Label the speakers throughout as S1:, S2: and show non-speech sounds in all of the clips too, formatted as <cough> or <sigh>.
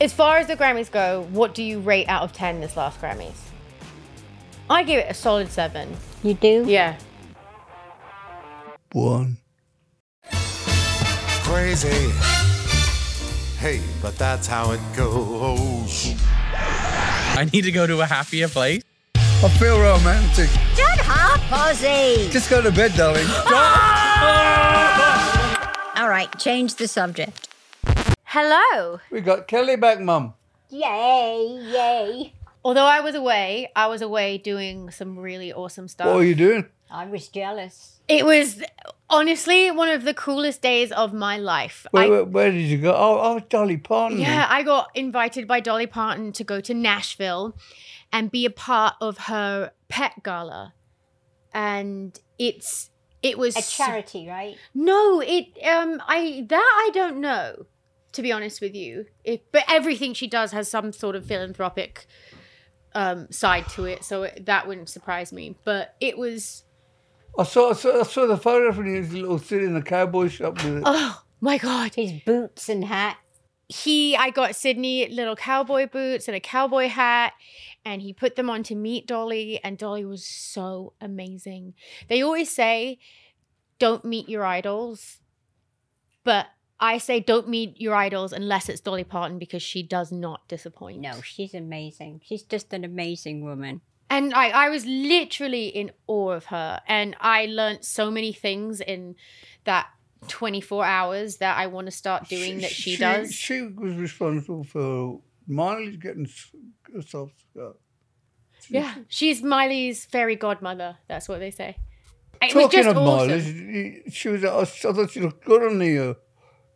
S1: As far as the Grammys go, what do you rate out of 10 this last Grammys? I give it a solid 7.
S2: You do?
S1: Yeah.
S3: One.
S4: Crazy. Hey, but that's how it goes.
S5: I need to go to a happier place.
S3: I feel romantic.
S2: Don't harp, Ozzy.
S3: Just go to bed, darling.
S2: All right, change the subject.
S1: Hello.
S3: we got Kelly back, Mum.
S2: Yay, yay.
S1: Although I was away, I was away doing some really awesome stuff.
S3: What are you doing?
S2: I was jealous.
S1: It was honestly one of the coolest days of my life.
S3: Where,
S1: I,
S3: where, where did you go? Oh, oh, Dolly Parton.
S1: yeah, I got invited by Dolly Parton to go to Nashville and be a part of her pet gala. And it's it was
S2: A charity, right?
S1: No, it um I that I don't know, to be honest with you. If but everything she does has some sort of philanthropic um side to it, so it, that wouldn't surprise me. But it was
S3: I saw, I saw, I saw the photograph when he was little sitting in the cowboy shop with it.
S1: oh my god.
S2: His boots and hat.
S1: He I got Sydney little cowboy boots and a cowboy hat and he put them on to meet Dolly and Dolly was so amazing. They always say don't meet your idols. But I say don't meet your idols unless it's Dolly Parton because she does not disappoint.
S2: No, she's amazing. She's just an amazing woman.
S1: And I, I was literally in awe of her. And I learnt so many things in that 24 hours that I want to start doing that she, does.
S3: She was responsible for Miley's getting s- herself uh, got.
S1: yeah. She's Miley's fairy godmother. That's what they say. It was
S3: Talking
S1: just
S3: of
S1: awesome.
S3: Miley, she- she was. I thought she looked good on the uh,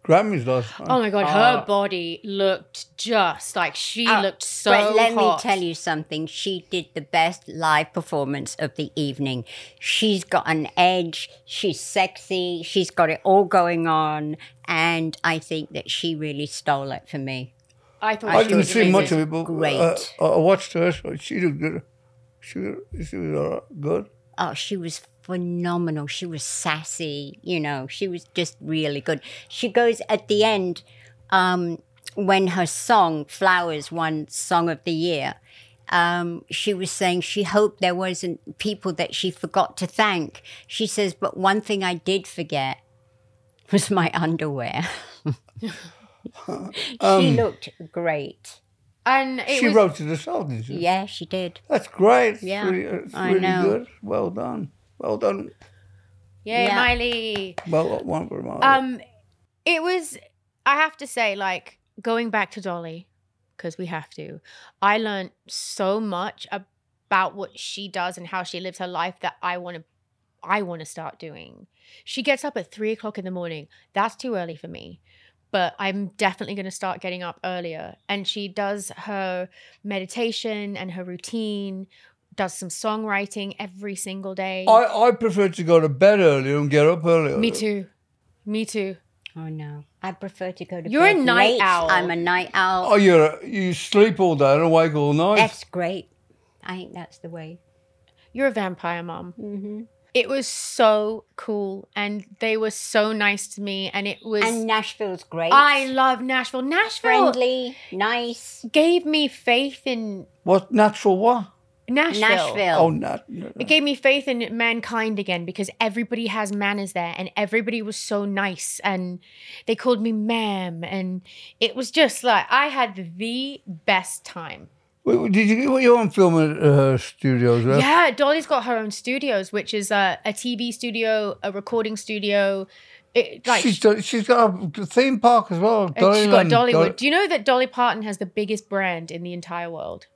S3: Grammys last night.
S1: Oh my god, her
S3: Ah.
S1: body looked just like she looked so
S2: But let
S1: hot.
S2: me tell you something. She did the best live performance of the evening. She's got an edge. She's sexy. She's got it all going on. And I think that she really stole it for me.
S1: I thought
S3: I
S1: she
S3: didn't
S1: was
S3: see
S1: amazing.
S3: much of it, but
S2: Great.
S3: uh, I, I watched her. So she looked good. She was, she was all right, good.
S2: Oh, she was phenomenal. She was sassy. You know, she was just really good. She goes at the end um, when her song, Flowers, won Song of the Year. um, she was saying she hoped there wasn't people that she forgot to thank. She says, but one thing I did forget was my underwear. <laughs> she looked great.
S1: And it
S3: she
S1: was
S3: wrote it herself, didn't she?
S2: Yeah, she did.
S3: That's great. It's
S2: Yeah,
S3: really, it's
S2: I
S3: really
S2: know.
S3: good. Well done. Well done.
S1: Yay,
S2: Yeah.
S1: Miley.
S3: Well, uh, one for Miley.
S1: Um, it was. I have to say, like going back to Dolly, because we have to. I learned so much about what she does and how she lives her life that I want to. I want to start doing. She gets up at three o'clock in the morning. That's too early for me, but I'm definitely going to start getting up earlier. And she does her meditation and her routine, does some songwriting every single day.
S3: I, I prefer to go to bed earlier and get up earlier.
S1: Me too. Me too.
S2: Oh no, I prefer to go to.
S1: You're a
S2: bed
S1: night
S2: late.
S1: owl.
S2: I'm a night owl.
S3: Oh, you're, a- you sleep all day and awake all night.
S2: that's great. I think that's the way.
S1: You're a vampire mom. Mm-hmm. It was so cool, and they were so nice to me, and it was.
S2: And Nashville's great.
S1: I love Nashville. Nashville
S2: friendly, nice.
S1: gave me faith in
S3: What natural what?
S1: Nashville.
S2: Nashville.
S3: Oh, nat. no, no.
S1: It gave me faith in mankind again because everybody has manners there, and everybody was so nice, and they called me ma'am, and it was just like I had the best time.
S3: Wait, wait, Did you? Were you on film at her studios? Right?
S1: Yeah, Dolly's got her own studios, which is a, a TV studio, a recording studio. It, like
S3: she's done, she's got a theme park as well.
S1: And she's got
S3: Dollyland,
S1: Dollywood.
S3: Dolly-
S1: Do you know that Dolly Parton has the biggest brand in the entire world?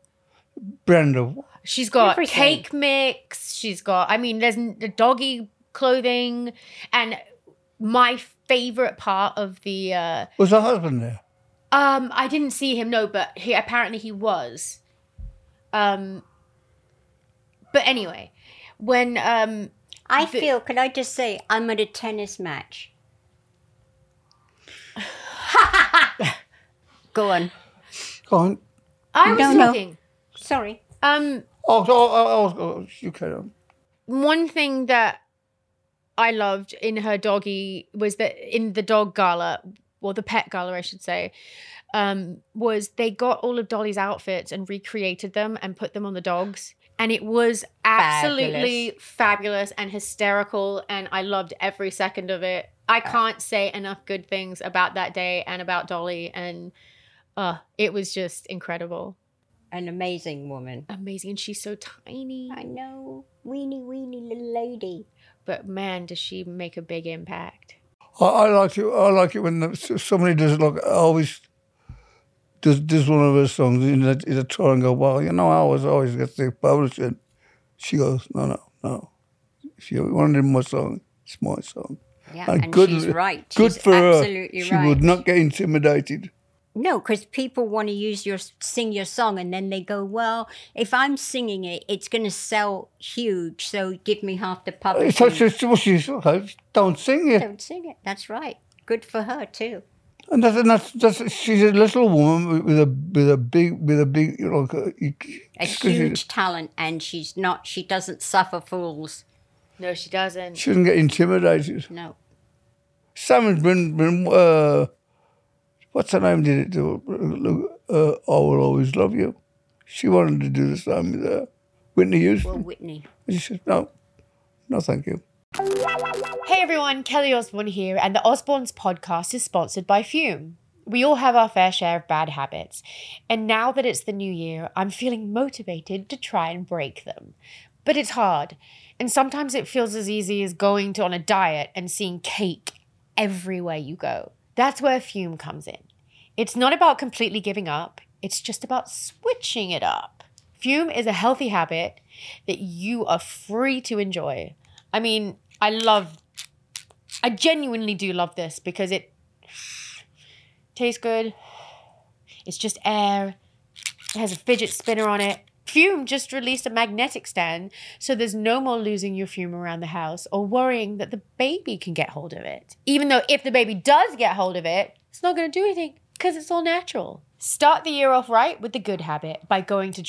S3: Brenda. what?
S1: She's got
S2: Everything.
S1: cake mix. She's got, I mean, there's n- the doggy clothing. And my favorite part of the, uh,
S3: Was her husband there?
S1: Um, I didn't see him. No, but he apparently he was. Um. But anyway, when um
S2: I
S1: The-
S2: feel, can I just say, I'm at a tennis match. <laughs> Go on.
S3: Go on.
S1: I was
S2: No, no.
S1: talking,
S2: Sorry.
S1: um,
S3: Oh, so- oh, oh, oh, you carry on.
S1: one thing that I loved in her doggy was that in the dog gala, or the pet gala, I should say, um, was they got all of Dolly's outfits and recreated them and put them on the dogs. And it was absolutely fabulous, and hysterical. And I loved every second of it. I can't say enough good things about that day and about Dolly. And uh, it was just incredible.
S2: An amazing woman.
S1: Amazing. And she's so tiny.
S2: I know. Weeny, weeny little lady.
S1: but man, does she make a big impact.
S3: I, I like it. I like it when the, s- somebody does like always does does one of her songs in a, in a tour and go, well, you know, I always always get the publishing. She goes, no, no, no. If you wanted my song, it's my song.
S2: Yeah, and, she's right.
S3: Good
S2: she's
S3: for
S2: absolutely
S3: her. She
S2: right.
S3: would not get intimidated.
S2: No, because people want to use your sing your song, and then they go, "Well, if I'm singing it, it's going to sell huge, so give me half the public."
S3: It's, it's, it's, well, she's okay. Don't sing it.
S2: Don't sing it. That's right. Good for her too.
S3: And that's, and that's that's she's a little woman with a with a big with a big you know, like a,
S2: A huge talent, and she's not. She doesn't suffer fools.
S1: No, she doesn't.
S3: She doesn't get intimidated.
S2: No.
S3: Simon's been been uh, what's her name did it to look uh, I will always love you. She wanted to do the same with uh, Whitney Houston.
S2: Well, Whitney.
S3: and she said no, no, thank you.
S1: Hey everyone, Kelly Osborne here, and the Osborne's podcast is sponsored by Fume. We all have our fair share of bad habits, and now that it's the new year, I'm feeling motivated to try and break them. But it's hard, and sometimes it feels as easy as going to on a diet and seeing cake everywhere you go. That's where Fume comes in. It's not about completely giving up, it's just about switching it up. Fume is a healthy habit that you are free to enjoy. I mean, I love, I genuinely do love this because it tastes good. It's just air. It has a fidget spinner on it. Fume just released a magnetic stand, so there's no more losing your fume around the house or worrying that the baby can get hold of it. Even though if the baby does get hold of it, it's not going to do anything because it's all natural. Start the year off right with the good habit by going to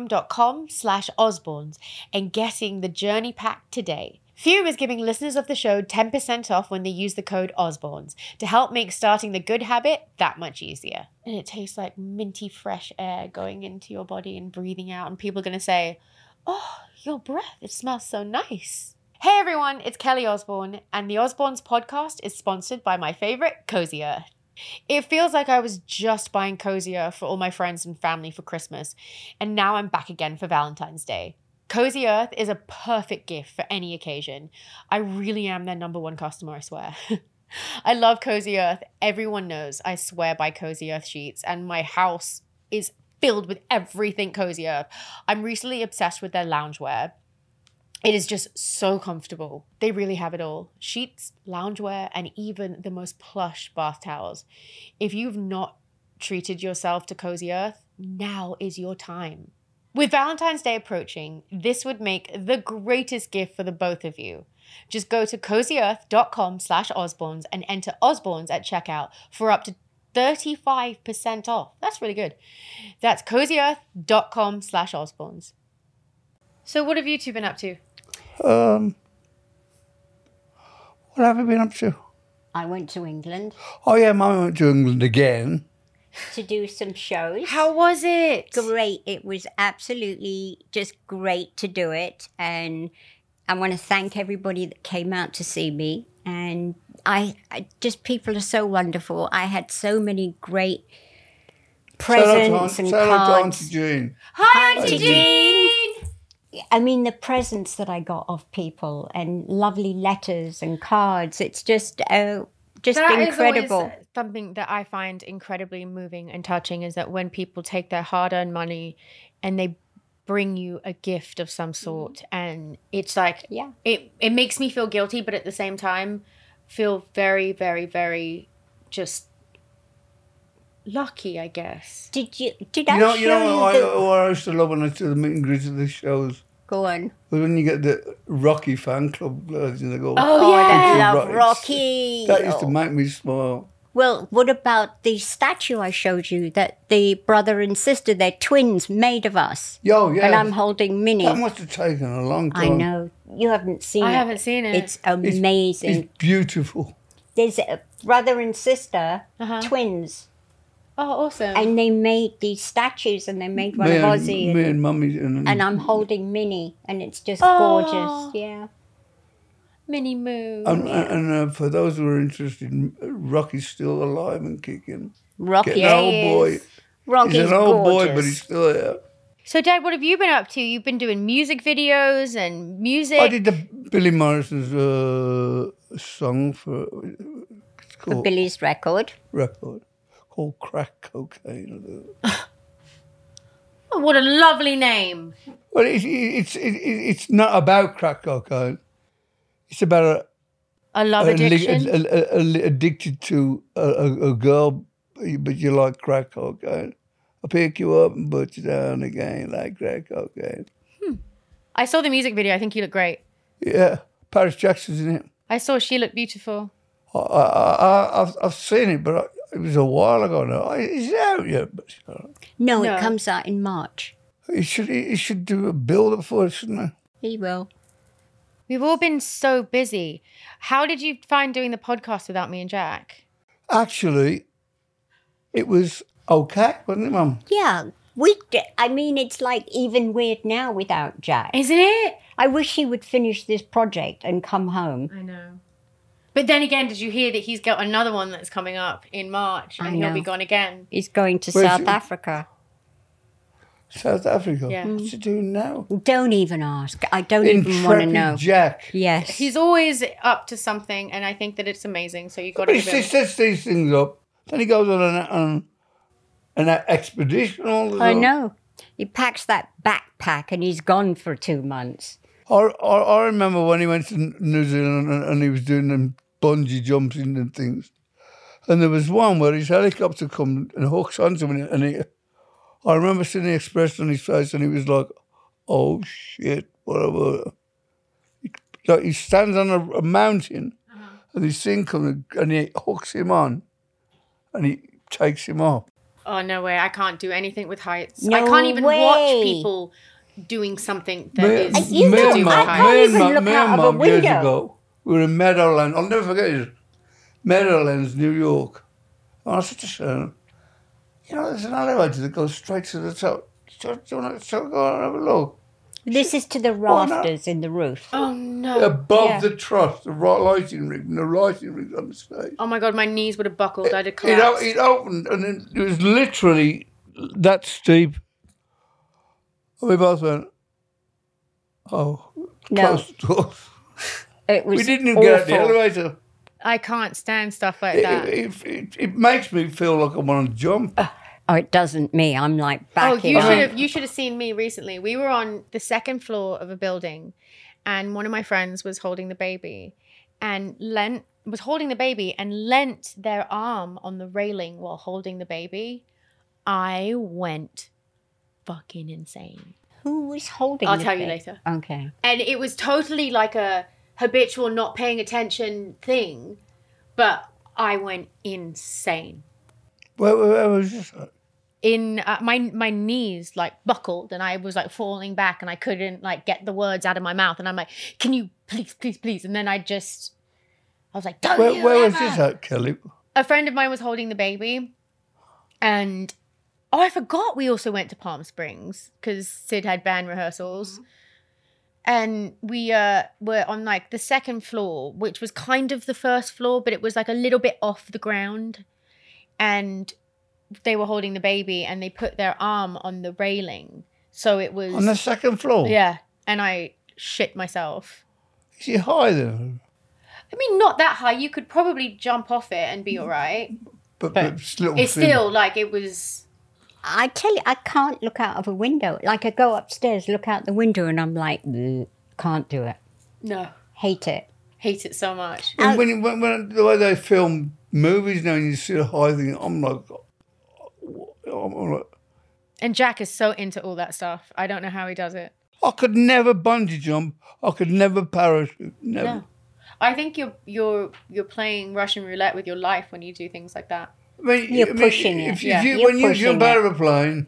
S1: tryfume.com slash osborns and getting the journey pack today. Fume is giving listeners of the show 10% off when they use the code Osborns to help make starting the good habit that much easier. And it tastes like minty fresh air going into your body and breathing out, and people are going to say, Oh, your breath, it smells so nice. Hey everyone, it's Kelly Osborne, and the Osbornes podcast is sponsored by my favorite, Cozy Earth. It feels like I was just buying Cozy Earth for all my friends and family for Christmas, and now I'm back again for Valentine's Day. Cozy Earth is a perfect gift for any occasion. I really am their number one customer, I swear. <laughs> I love Cozy Earth. Everyone knows I swear by Cozy Earth sheets, and my house is filled with everything Cozy Earth. I'm recently obsessed with their loungewear. It is just so comfortable. They really have it all sheets, loungewear, and even the most plush bath towels. If you've not treated yourself to Cozy Earth, now is your time. With Valentine's Day approaching, this would make the greatest gift for the both of you. Just go to cozyearth.com slash Osborns and enter Osborns at checkout for up to 35% off. That's really good. That's cozyearth.com slash Osborns. So what have you two been up to?
S3: Um, what have you been up to?
S2: I went to England
S3: Oh yeah, Mummy went to England again.
S2: to do some shows.
S1: How was it?
S2: great. It was absolutely just great to do it. And I want to thank everybody that came out to see me. And I, I just, people are so wonderful. I had so many great presents and
S3: shout out to Auntie
S2: cards.
S3: Jean.
S1: Hi, Auntie
S3: Auntie
S1: Jean!
S2: I mean, the presents that I got off people and lovely letters and cards. It's just, uh, just
S1: That is
S2: incredible.
S1: always something that I find incredibly moving and touching is that when people take their hard-earned money and they bring you a gift of some sort and it's like
S2: Yeah.
S1: it it makes me feel guilty but at the same time feel very very very just lucky, I guess.
S2: Did you? Did I
S3: You know,
S2: show
S3: you know what
S2: you
S3: I, uh,
S2: the-
S3: what I used to love when I did the meet and greets of the shows
S2: Go on.
S3: was when you get the Rocky fan club lads and they go,
S1: Oh,
S2: I
S1: yeah.
S2: love
S3: Right.
S2: Rocky.
S3: that used to make me smile.
S2: Well, what about the statue I showed you that the brother and sister, they're twins, made of us?
S3: Yo, yeah.
S2: And I'm holding Minnie.
S3: that must have taken a long
S2: I
S3: time.
S2: know. You haven't seen
S1: I
S2: it.
S1: haven't seen it.
S2: It's amazing.
S3: It's beautiful.
S2: There's a brother and sister,
S1: Uh-huh.
S2: twins,
S1: oh, awesome.
S2: and they made these statues and they made one
S3: Me
S2: of
S3: and,
S2: Ozzy. And,
S3: me and Mummy and,
S2: and I'm holding Minnie, and it's just
S1: Oh.
S2: gorgeous. Yeah.
S1: Mini Moo.
S3: and, and uh, for those who are interested, Rocky's still alive and kicking.
S2: Rocky.
S3: Getting old boy.
S2: Rocky's
S3: He's an old
S2: gorgeous.
S3: boy, but he's still here.
S1: So, Dad, what have you been up to? You've been doing music videos and music.
S3: I did the Billy Morrison's uh, song for it's
S2: For
S3: called
S2: Billy's record.
S3: record called Crack Cocaine.
S1: Oh, what a lovely name.
S3: Well, it's it's it, it- it's not about crack cocaine. It's about a
S1: A love
S3: a li-
S1: addiction.
S3: a- a- a li- addicted to a, a, a girl, but you like crack cocaine. I pick you up and put you down again like crack cocaine.
S1: I saw the music video. I think you look great.
S3: Yeah, Paris Jackson's in it.
S1: I saw she looked beautiful.
S3: I, I, I, I've, I've seen it, but I, it was a while ago now. I, is it out yet? But you know,
S2: No,
S1: No.
S2: it comes out in March.
S3: it should it should do a build up for it, shouldn't it?
S2: He will.
S1: We've all been so busy. How did you find doing the podcast without me and Jack?
S3: Actually, it was okay, wasn't it, Mum?
S2: Yeah. We, d- I mean, it's like even weird now without Jack.
S1: Isn't it?
S2: I wish he would finish this project and come home.
S1: I know. But then again, did you hear that he's got another one that's coming up in March and
S2: I
S1: he'll be
S2: know.
S1: gone again?
S2: He's going to
S3: Where's
S2: South
S3: he-
S2: Africa.
S3: South Africa.
S1: Yeah.
S3: What's he doing now?
S2: Don't even ask. I don't even want to
S3: Intrepid
S2: know.
S3: Jack.
S2: Yes.
S1: He's always up to something, and I think that it's amazing. So you've got
S3: But
S1: to
S3: he
S1: give him.
S3: s- sets these things up. Then he goes on an, on an expedition all the
S2: I
S3: time.
S2: know. He packs that backpack and he's gone for two months.
S3: I, I, I remember when he went to N- New Zealand and, and he was doing them bungee jumps in and things. And there was one where his helicopter come and hooks onto him. And he, I remember seeing the expression on his face and he was like, oh shit, whatever. Like he stands on a, a mountain and this thing comes and he hooks him on and he takes him off.
S1: Oh no way! I can't do anything with heights. I
S2: No
S1: can't even watch
S2: way.
S1: people doing something that
S3: Me-
S1: is
S2: you
S3: me
S1: to
S2: know,
S3: and
S1: do
S3: Mum-
S1: with
S2: I
S1: heights.
S2: can't
S3: me and
S2: even
S3: Mum-
S2: look
S3: me
S2: out
S3: and
S2: of a
S3: Mum years
S2: window.
S3: ago, we were in Meadowlands. I'll never forget it. Meadowlands, New York. And I said to Sharon, you know, there's an elevator that goes straight to the top. Do you, do you want to so go and have a look?
S2: This is to the
S3: Why not?
S2: rafters in the roof.
S1: Oh no!
S3: Above
S2: Yeah.
S3: the truss, the right lighting rig, and the lighting rig on the stage.
S1: Oh my god, my knees would have buckled. I'd have
S3: It, o-
S1: collapsed.
S3: it opened and then it was literally that steep. And we both went, oh,
S2: No,
S3: close the door.
S2: it was
S3: We didn't even
S2: awful.
S3: get out the elevator.
S1: I can't stand stuff like that. Uh.
S3: it, it, it, it makes me feel like I want to jump.
S2: Oh, it doesn't me. I'm like back
S1: Oh,
S2: in.
S1: you should have you should have seen me recently. We were on the second floor of a building, and one of my friends was holding the baby, and lent was holding the baby and lent their arm on the railing while holding the baby. I went fucking insane.
S2: Who was holding
S1: I'll
S2: the
S1: tell you
S2: thing?
S1: later.
S2: Okay.
S1: And it was totally like a habitual not paying attention thing, but I went insane.
S3: Where, where, where was this?
S1: in uh, my my knees like buckled and I was like falling back and I couldn't like get the words out of my mouth and I'm like, can you please please please? And then I just I was like, don't
S3: Where,
S1: you
S3: where was
S1: ever!"
S3: this at, Kelly?
S1: A friend of mine was holding the baby, and oh, I forgot we also went to Palm Springs because Sid had band rehearsals.
S3: Mm-hmm.
S1: And we uh, were on like the second floor, which was kind of the first floor, but it was like a little bit off the ground. And they were holding the baby and they put their arm on the railing. So it was.
S3: On the second floor?
S1: yeah. And I shit myself.
S3: Is it high there?
S1: I mean, not that high. You could probably jump off it and
S3: Mm-hmm.
S1: be all right.
S3: But, but it's, a little
S1: It's
S3: thin.
S1: still like it was.
S2: I tell you, I can't look out of a window. Like I go upstairs, look out the window, and I'm like, "Bleh, can't do it.
S1: No.
S2: Hate it.
S1: Hate it so much.
S3: And when, you- when, when the way they film movies now and you see a high thing, I'm like, I'm- I'm like,
S1: And Jack is so into all that stuff. I don't know how he does it.
S3: I could never bungee jump. I could never parachute. Never.
S1: No. I think you're you're you're playing Russian roulette with your life when you do things like that.
S3: I mean,
S2: You're
S3: I mean,
S2: pushing it.
S3: if,
S1: Yeah.
S3: If you,
S2: You're
S3: when you
S2: pushing
S3: jump
S2: it.
S3: out of a plane,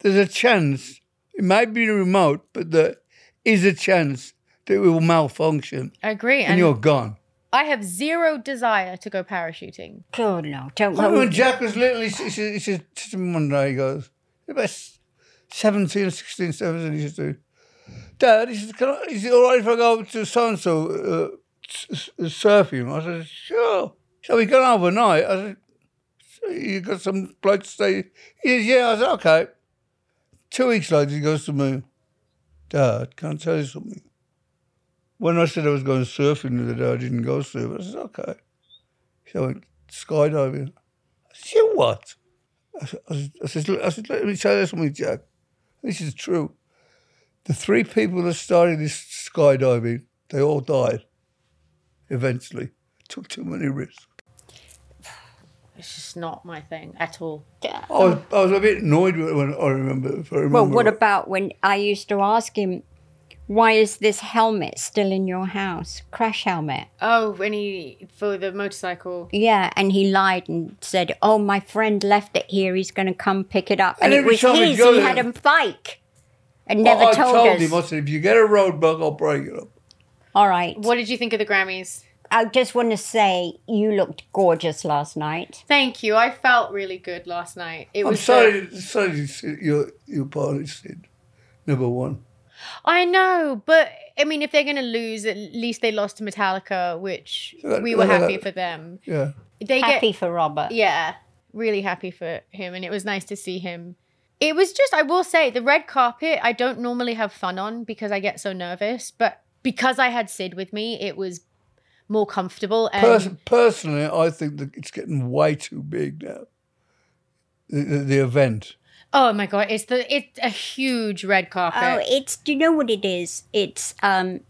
S3: there's a chance. It might be remote, but there is a chance that it will malfunction
S1: I agree.
S3: and
S1: And,
S3: you're gone.
S1: I have zero desire to go parachuting.
S2: God, no, don't.
S3: I
S2: Oh,
S3: mean, Jack was literally, he said, he said to him one day, he goes, about 17, 16, 17, he says to me, Dad, he says, Can I, is it all right if I go to so-and-so uh, s- s- surfing? I said, sure. So we gone overnight. I said, so you got some bloke to stay? He says, yeah. I said, okay. Two weeks later, he goes to me, Dad, can I tell you something? When I said I was going surfing the other day, I didn't go surfing. I said, okay. So I went skydiving. I said, you what? I said, I said, I said, "Look," I said, let me tell you something, Jack. This is true. The three people that started this skydiving, they all died eventually. Took too many risks.
S1: It's just not my thing at all.
S3: I was, I was a bit annoyed when I remember. If I remember
S2: well, what about when I used to ask him, why is this helmet still in your house? Crash helmet.
S1: Oh, when he for the motorcycle.
S2: Yeah, and he lied and said, "Oh, my friend left it here. He's going to come pick it up." And,
S3: And
S2: it
S3: every
S2: was
S3: time we
S2: his.
S3: go
S2: He
S3: there-
S2: had a bike, and
S3: Well,
S2: never
S3: I
S2: told, us.
S3: him, I said, if you get a roadblock, I'll break it up.
S2: All right.
S1: What did you think of the Grammys?
S2: I just want to say you looked gorgeous last night.
S1: Thank you. I felt really good last night. It
S3: I'm
S1: was the-
S3: sorry, sorry, Sid, your, your pilot, Sid. Number one.
S1: I know, but I mean, if they're going to lose, at least they lost to Metallica, which
S3: So that-
S1: we were
S3: that-
S1: happy
S3: that-
S1: for them.
S3: Yeah.
S1: They
S2: Happy
S1: get
S2: for Robert.
S1: yeah, really happy for him, and it was nice to see him. It was just, I will say, the red carpet. I don't normally have fun on because I get so nervous, but because I had Sid with me, it was more comfortable.
S2: Um,
S1: And
S3: Pers- personally, I think that it's getting way too big now. The, the, the event.
S1: oh my god, it's the it's a huge red carpet.
S2: Oh, it's do you know what it is? It's um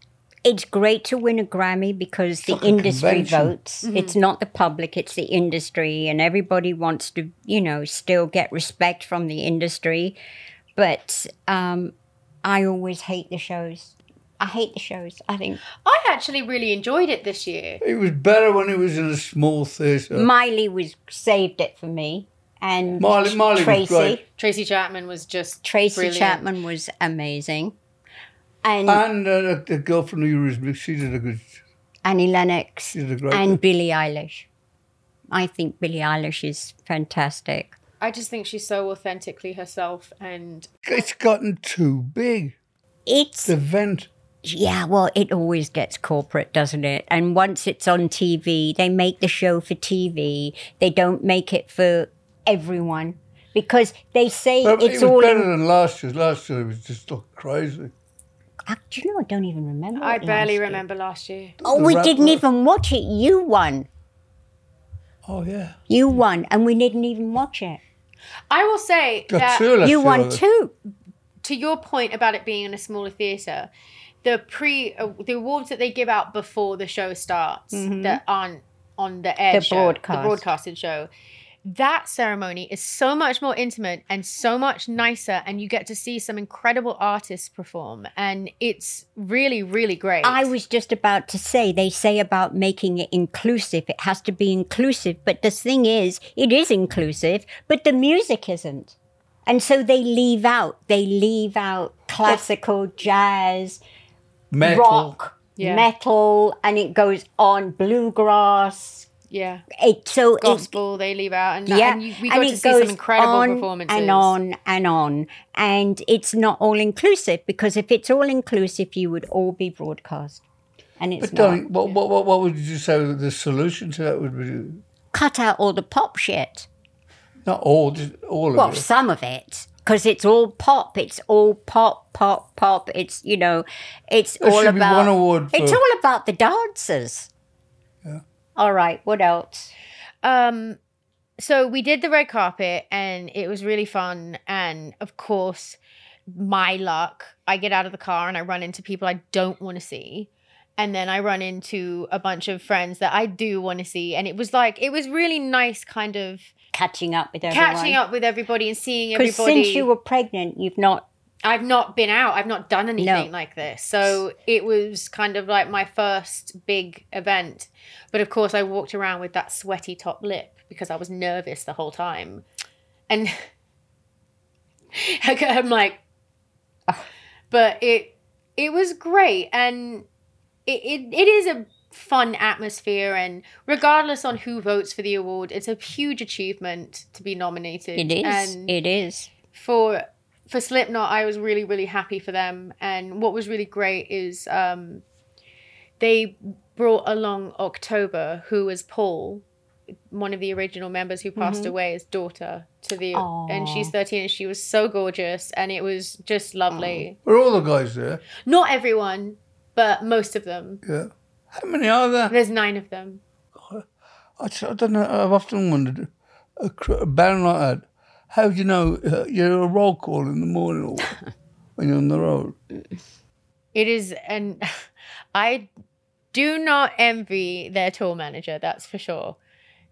S2: it's great to win a Grammy because the
S3: like a
S2: industry
S3: convention. Mm-hmm.
S2: votes. It's not the public, it's the industry and everybody wants to, you know, still get respect from the industry. But um I always hate the shows. I hate the shows. I think
S1: I actually really enjoyed it this year.
S3: It was better when it was in a small theatre.
S2: Miley was saved it for me and
S3: Miley- Miley was
S2: Tracy
S3: great.
S1: Tracy Chapman was just
S2: Tracy
S1: brilliant.
S2: Chapman was amazing. And
S3: and uh, the, the girl from the Eurythmics, she did a good.
S2: Annie Lennox
S3: She's a
S2: and
S3: great one.
S2: Billie Eilish. I think Billie Eilish is fantastic.
S1: I just think she's so authentically herself and
S3: It's gotten too big.
S2: It's
S3: The event.
S2: yeah, well, it always gets corporate, doesn't it? And once it's on TV, they make the show for TV. They don't make it for everyone because they say
S3: But
S2: it's
S3: it was
S2: all.
S3: better
S2: In,
S3: than last year. Last year it was just like crazy.
S2: Ah, do you know? I don't even remember.
S1: I
S2: it last
S1: barely
S2: year.
S1: remember last year.
S2: Oh,
S3: The
S2: we
S3: rap-
S2: didn't even watch it. You won.
S3: Oh yeah.
S2: You won, and we didn't even watch it.
S1: I will say
S3: Got
S1: that
S3: two last
S2: you
S3: year,
S2: won
S3: I-
S2: too.
S1: to your point about it being in a smaller theater, the pre uh, the awards that they give out before the show starts that aren't on the air
S2: Mm-hmm. The
S1: show,
S2: broadcast.
S1: the broadcasted show. That ceremony is so much more intimate and so much nicer, and you get to see some incredible artists perform, and it's really, really great.
S2: I was just about to say, they say about making it inclusive. It has to be inclusive. But the thing is, it is inclusive, but the music isn't. And so they leave out, they leave out classical, jazz,
S3: Metal.
S2: rock,
S1: Yeah.
S2: metal, and it goes on bluegrass.
S1: yeah,
S2: It, so it
S1: gospel they leave out, and,
S2: yeah,
S1: and you, we got to
S2: it
S1: see some
S2: goes
S1: incredible
S2: on
S1: performances
S2: and on and on, and it's not all inclusive because if it's all inclusive, you would all be broadcast, and it's
S3: But
S2: not.
S3: darling, what, what what what would you say the solution to that would be?
S2: Cut out all the pop shit.
S3: Not all, just all of
S2: Well,
S3: it.
S2: some of it, because it's all pop. It's all pop, pop, pop. It's you know, it's
S3: There
S2: all
S3: should be
S2: about.
S3: one award
S2: It's
S3: for-
S2: all about the dancers. All right. What else?
S1: Um, so we did the red carpet and it was really fun. And of course, my luck, I get out of the car and I run into people I don't want to see. And then I run into a bunch of friends that I do want to see. And it was like, it was really nice kind of
S2: catching up with everyone.
S1: catching up with everybody and seeing
S2: Because
S1: everybody.
S2: since you were pregnant, you've not.
S1: I've not been out. I've not done anything
S2: No.
S1: like this. So it was kind of like my first big event. But of course, I walked around with that sweaty top lip because I was nervous the whole time. And <laughs> I'm like, but it it was great and it, it, it is a fun atmosphere and regardless on who votes for the award it's a huge achievement to be nominated
S2: It is.
S1: and
S2: it is.
S1: for for Slipknot, I was really really happy for them. And what was really great is um, they brought along October, who was Paul, one of the original members who passed away, his daughter to the, and she's thirteen, and she was so gorgeous, and it was just lovely.
S3: Were all the guys there?
S1: Not everyone, but most of them.
S3: Yeah. How many are there?
S1: There's nine of them.
S3: I, just- I don't know. I've often wondered, a, cr- a band like that, how do you know uh, you're a roll call in the morning or
S2: <laughs>
S3: when you're on the road?
S1: It is, and <laughs> I do not envy their tour manager. That's for sure.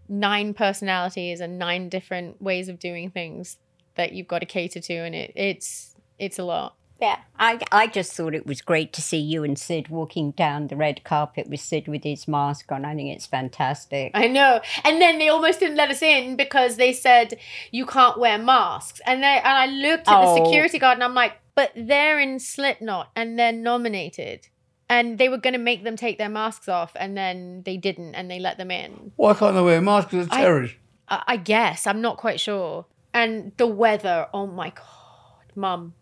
S1: Nine personalities and nine different ways of doing things that you've got to cater to, and it it's it's a lot. <laughs>
S2: Yeah. I, I just thought it was great to see you and Sid walking down the red carpet with Sid with his mask on. I think it's fantastic.
S1: I know. And then they almost didn't let us in because they said you can't wear masks. And they and I looked at the
S2: Oh.
S1: security guard and I'm like, but they're in Slipknot and they're nominated. And they were going to make them take their masks off, and then they didn't, and they let them in.
S3: Why can't they wear masks? 'Cause they're
S1: I-
S3: terrorists.
S1: I I guess I'm not quite sure. And the weather, oh my god, mum.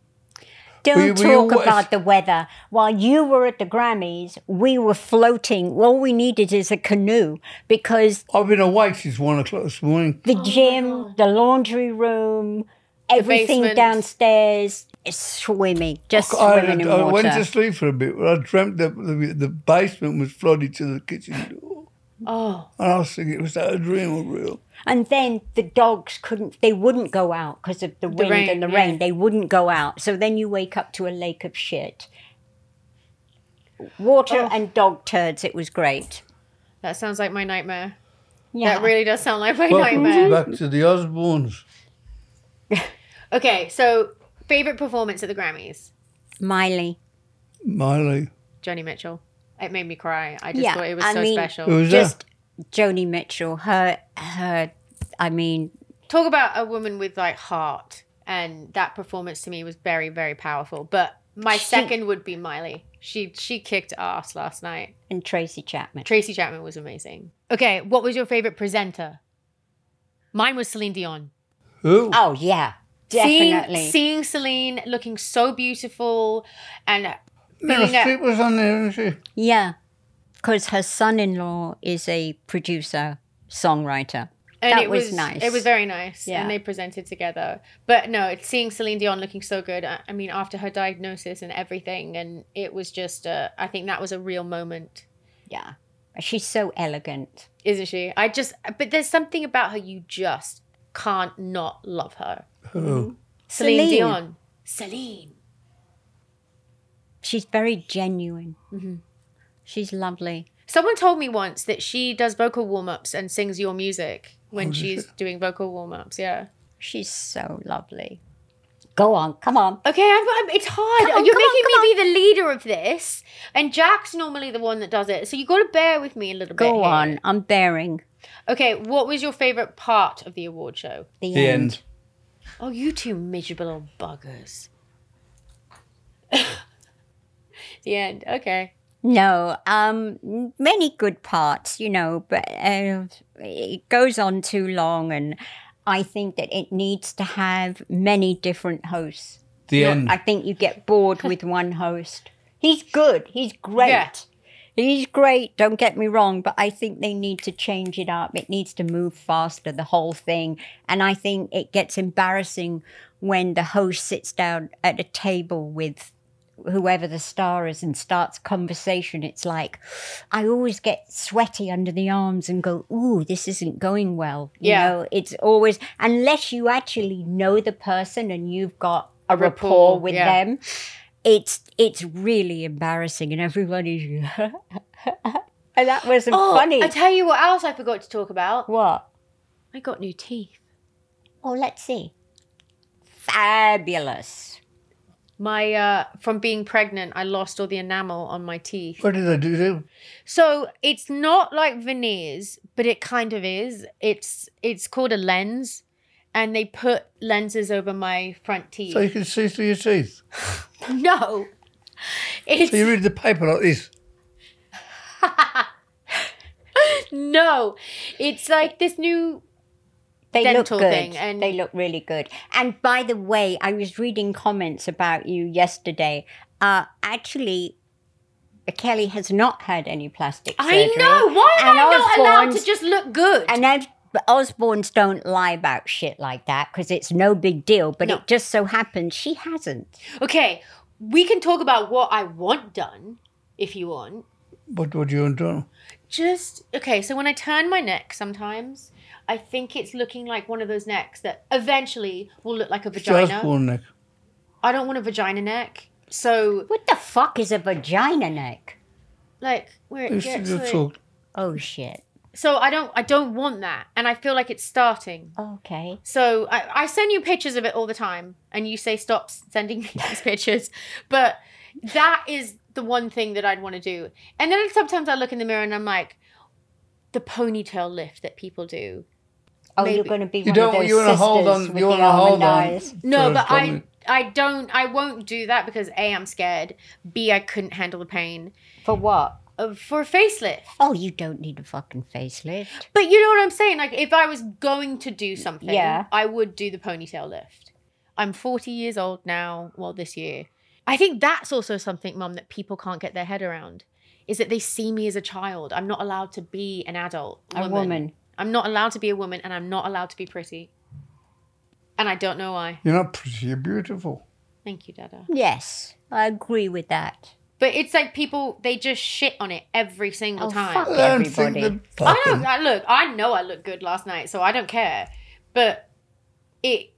S2: Don't
S3: Were you- were you
S2: talk
S3: wa-
S2: about the weather. While you were at the Grammys, we were floating. All we needed is a canoe because
S3: I've been awake since one o'clock this morning.
S1: Oh,
S2: the gym, the laundry room, everything
S1: basement.
S2: downstairs is swimming, just
S3: I, uh,
S2: swimming in
S3: I went
S2: water.
S3: to sleep for a bit, but I dreamt that the, the basement was flooded to the kitchen door.
S1: Oh,
S3: And I was thinking, was that a dream or real?
S2: And then the dogs couldn't, they wouldn't go out because of the wind
S1: rain,
S2: and the
S1: yeah.
S2: rain. They wouldn't go out. So then you wake up to a lake of shit. Water and dog turds. It was great.
S1: Oh. that sounds like my nightmare.
S2: Yeah.
S1: That really does sound like my
S3: Welcome
S1: nightmare.
S2: <laughs>
S3: back to the Osbournes.
S1: Okay, so favorite performance at the Grammys,
S2: Miley.
S3: Miley.
S1: Joni Mitchell. It made me cry. I just
S2: Yeah,
S1: thought it was
S2: I
S1: so
S2: mean-
S3: Who
S1: special.
S3: was there?
S2: just Joni Mitchell. Her, her. I mean,
S1: Talk about a woman with like heart, and that performance to me was very, very powerful. But my second would be Miley. She she kicked ass last night.
S2: and Tracy Chapman.
S1: Tracy Chapman was amazing. Okay, what was your favorite presenter? Mine was Celine Dion.
S3: Who?
S2: Oh yeah,
S1: Seeing-
S2: definitely.
S1: Seeing, Celine looking so beautiful and
S3: Meryl
S1: being a-
S3: Streep was on there, wasn't she?
S2: Yeah, because her son-in-law is a producer, songwriter.
S1: and
S2: That
S1: it
S2: was nice.
S1: It was very nice.
S2: Yeah.
S1: And they presented together. But no, it's seeing Celine Dion looking so good. I, I mean, after her diagnosis and everything, and it was just uh, I think that was a real moment,
S2: Yeah, she's so elegant.
S1: isn't she? I just but there's something about her you just can't not love her.
S3: Who?
S1: Celine,
S2: Celine.
S1: Dion. Celine.
S2: She's very genuine.
S1: Mm-hmm.
S2: She's lovely.
S1: Someone told me once that she does vocal warm ups and sings your music when she's doing vocal warm ups. Yeah.
S2: She's so lovely. Go on, come on.
S1: Okay, I'm, I'm, it's hard.
S2: Come on,
S1: You're
S2: come
S1: making
S2: on,
S1: me be the leader of this, and Jack's normally the one that does it. So you got to bear with me a little bit.
S2: Go
S1: here.
S2: on. I'm bearing
S1: Okay, what was your favorite part of the award show?
S2: the,
S3: The
S2: end.
S3: end.
S1: Oh, you two miserable old buggers. <laughs> the end. Okay.
S2: No, um, many good parts, you know, but uh, it goes on too long, and I think that it needs to have many different hosts.
S3: The
S2: Not-
S3: end.
S2: I think you get
S1: <laughs>
S2: bored with one host. He's good. He's great.
S1: Yeah.
S2: He's great. Don't get me wrong, but I think they need to change it up. It needs to move faster, the whole thing. And I think it gets embarrassing when the host sits down at a table with whoever the star is and starts conversation. It's like I always get sweaty under the arms and go, "Ooh, this isn't going well." You
S1: Yeah.
S2: know, it's always unless you actually know the person and you've got a rapport,
S1: rapport,
S2: with
S1: yeah.
S2: them. It's it's really embarrassing, and everybody's <laughs> and that wasn't funny.
S1: Oh,
S2: Oh,
S1: I tell you what else I forgot to talk about.
S2: what?
S1: I got new teeth.
S2: Oh, let's see. Fabulous.
S1: My uh, from being pregnant, I lost all the enamel on my teeth.
S3: What did I do there?
S1: So it's not like veneers, but it kind of is. It's it's called a lens, and they put lenses over my front teeth.
S3: So you can see through your teeth.
S1: <laughs> no, it's
S3: So you read the paper like this.
S1: no, it's like this new.
S2: They
S1: Dental
S2: look good.
S1: thing and-
S2: They look really good. And by the way, I was reading comments about you yesterday. Uh, actually, Kelly has not had any plastic
S1: I
S2: surgery.
S1: know. Why am
S2: And
S1: I not allowed
S2: Osborne's-
S1: to just look good?
S2: And I've, but Osborne's don't lie about shit like that because it's no big deal. But
S1: No.
S2: it just so happens she hasn't.
S1: okay, we can talk about what I want done if you want.
S3: What would you want done?
S1: just okay so when i turn my neck sometimes i think it's looking like one of those necks that eventually will look like a
S3: Just
S1: vagina
S3: one neck.
S1: i don't want a vagina neck so
S2: What the fuck is a vagina neck?
S1: like where it
S3: It's
S1: gets like-
S3: it's all-
S2: Oh shit.
S1: so i don't i don't want that and i feel like it's starting
S2: Okay.
S1: so I, I send you pictures of it all the time and you say stop s- sending <laughs> me these pictures but that is the one thing that i'd want to do and then sometimes i look in the mirror and i'm like the ponytail lift that people do
S2: Oh, you're
S1: Maybe.
S2: going to be
S3: You
S2: one of
S3: don't.
S2: those
S3: You want to hold
S2: sisters
S3: on.
S2: with
S3: You
S2: the
S3: want to hold
S2: almond
S3: on.
S2: eyes.
S1: No,
S3: to
S1: but I
S3: something.
S1: I don't I won't do that because A I'm scared, B I couldn't handle the pain
S2: For what?
S1: uh, for a facelift.
S2: Oh, you don't need a fucking facelift.
S1: But you know what I'm saying? Like if I was going to do something,
S2: Yeah.
S1: I would do the ponytail lift. I'm 40 years old now, well this year. I think that's also something mum that people can't get their head around is that they see me as a child. I'm not allowed to be an adult
S2: A woman.
S1: I'm not allowed to be a woman and I'm not allowed to be pretty. And I don't know why.
S3: You're not pretty. You're beautiful.
S1: Thank you, Dada.
S2: Yes, I agree with that.
S1: But it's like people they just shit on it every single
S2: Oh,
S1: time.
S2: fuck.
S3: I don't think
S2: Everybody.
S3: that
S1: I
S3: fucking.
S1: don't I look, I know I looked good last night, so I don't care. But it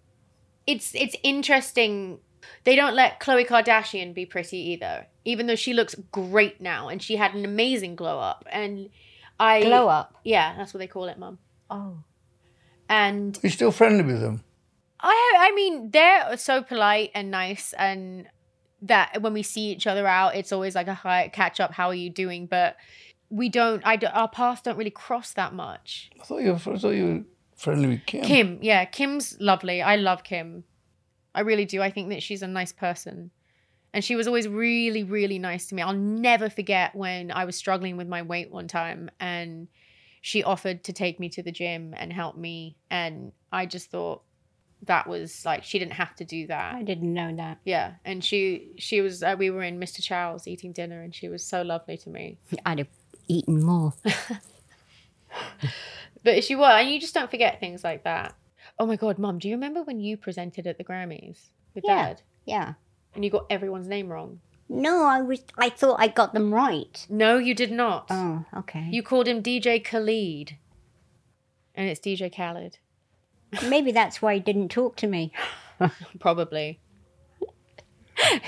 S1: it's it's interesting they don't let Khloe Kardashian be pretty either, even though she looks great now and she had an amazing glow up and I
S2: Glow up.
S1: Yeah, that's what they call it, mum.
S2: Oh.
S1: And
S3: You're still friendly with them.
S1: I I mean they're so polite and nice and that when we see each other out it's always like a hi catch up how are you doing but we don't I don't- our paths don't really cross that much.
S3: I thought you. Were, I thought you were friendly with Kim.
S1: Kim, yeah, Kim's lovely. I love Kim. I really do. I think that she's a nice person. And she was always really really nice to me. I'll never forget when I was struggling with my weight one time and she offered to take me to the gym and help me and I just thought that was like she didn't have to do that.
S2: I didn't know that.
S1: Yeah, and she she was uh, we were in Mr. Chow's eating dinner, and she was so lovely to me.
S2: I'd have eaten more. <laughs>
S1: But she was, and you just don't forget things like that. Oh my God, Mum, do you remember when you presented at the Grammys with
S2: Yeah.
S1: Dad,
S2: yeah.
S1: and you got everyone's name wrong?
S2: No, I was. I thought I got them right.
S1: No, you did not.
S2: Oh, okay.
S1: You called him DJ Khalid, and it's DJ Khaled,
S2: Maybe that's why he didn't talk to me.
S1: probably.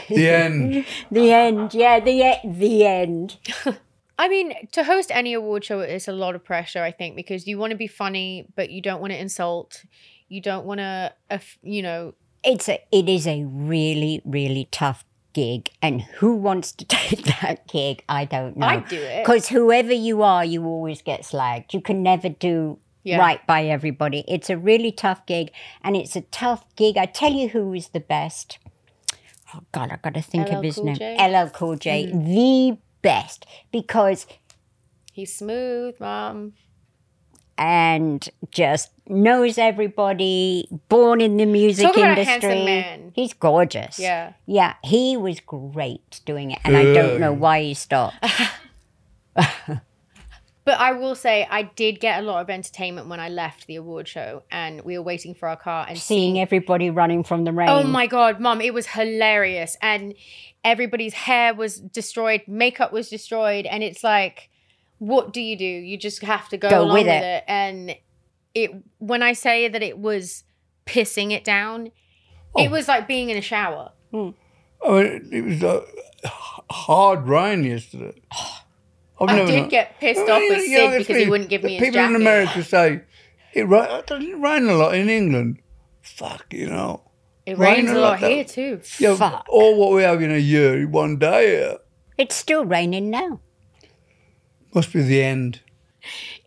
S3: The end.
S2: The end. Yeah. The e- the end.
S1: I mean, to host any award show is a lot of pressure, I think, because you want to be funny, but you don't want to insult. You don't want to, you know,
S2: It's a. It is a really really tough gig, and who wants to <laughs> take that gig? I don't know.
S1: I'd do it.
S2: Because whoever you are, you always get slagged. You can never do
S1: Yeah.
S2: right by everybody. It's a really tough gig, and it's a tough gig. I tell you who is the best. Oh God, I got to think
S1: LL
S2: of his
S1: Cool
S2: name.
S1: J? Hmm.
S2: LL Cool J, the best because
S1: he's smooth, Mum.
S2: and just knows everybody. Born in the music
S1: Talk about a
S2: industry,
S1: handsome man.
S2: he's gorgeous.
S1: Yeah.
S2: yeah, he was great doing it, and I don't know why
S1: <laughs>
S2: he stopped.
S1: But I will say I did get a lot of entertainment when I left the award show and we were waiting for our car and
S2: Seeing everybody running from the rain.
S1: Oh my god, mom, it was hilarious and everybody's hair was destroyed, makeup was destroyed and it's like what do you do? You just have to go,
S2: Go
S1: along
S2: with
S1: with
S2: it.
S1: it. and it when I say that it was pissing it down,
S2: Oh.
S1: it was like being in a shower.
S3: I mean, it was a h- hard rain yesterday.
S2: Oh,
S3: I've
S1: I
S3: never
S1: did
S3: known-
S1: get pissed
S3: I
S1: off
S3: mean,
S1: with
S3: you know,
S1: Sid
S3: it's
S1: because he
S3: me.
S1: wouldn't give
S3: The
S1: me his
S3: People
S1: jacket.
S3: in America say it, ra- it doesn't rain a lot in England. fuck, you know.
S1: It
S3: Right,
S1: rains
S3: no,
S1: a lot
S3: that-
S1: here too.
S3: Yeah,
S2: Fuck.
S3: all what we have in a year, in one day. uh, Yeah.
S2: It's still raining now.
S3: Must be the end.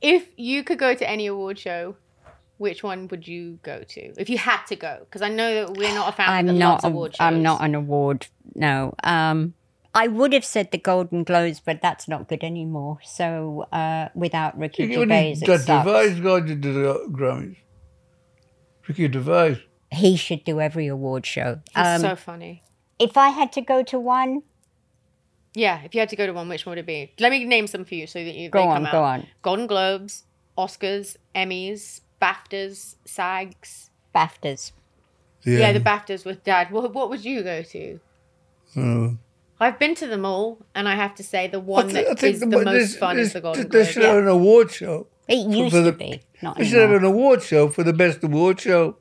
S1: If you could go to any award show, which one would you go to? If you had to go, because I know that we're not a fan of
S2: I'm
S1: the
S2: not.
S1: lots
S2: A,
S1: of award shows.
S2: I'm not an award. No. Um, I would have said the Golden Globes, but that's not good anymore. So uh, without Ricky
S3: when
S2: Gervais,
S3: did
S2: it sucks.
S3: Gervais go to the Grammys? Ricky Gervais.
S2: He should do every award show. Um,
S1: It's so funny.
S2: if I had to go to one,
S1: Yeah, if you had to go to one, which one would it be? Let me name some for you so that you
S2: Go
S1: they
S2: on,
S1: come
S2: go
S1: out.
S2: on.
S1: Golden Globes, Oscars, Emmys, BAFTAs, SAGs.
S2: BAFTAs.
S1: Yeah, the BAFTAs with Dad. What, what would you go to?
S2: Uh,
S3: Mm.
S1: I've been to them all, and I have to say the
S3: I
S1: one
S3: thi- I
S1: that
S3: think
S1: is the
S3: mo-
S1: most
S3: this-
S1: fun
S3: this-
S1: is the Golden
S3: They
S1: Globes.
S3: should have an award show.
S2: It used
S3: the-
S2: to be. Not
S3: They should have
S2: anymore.
S3: an award show for the best award show.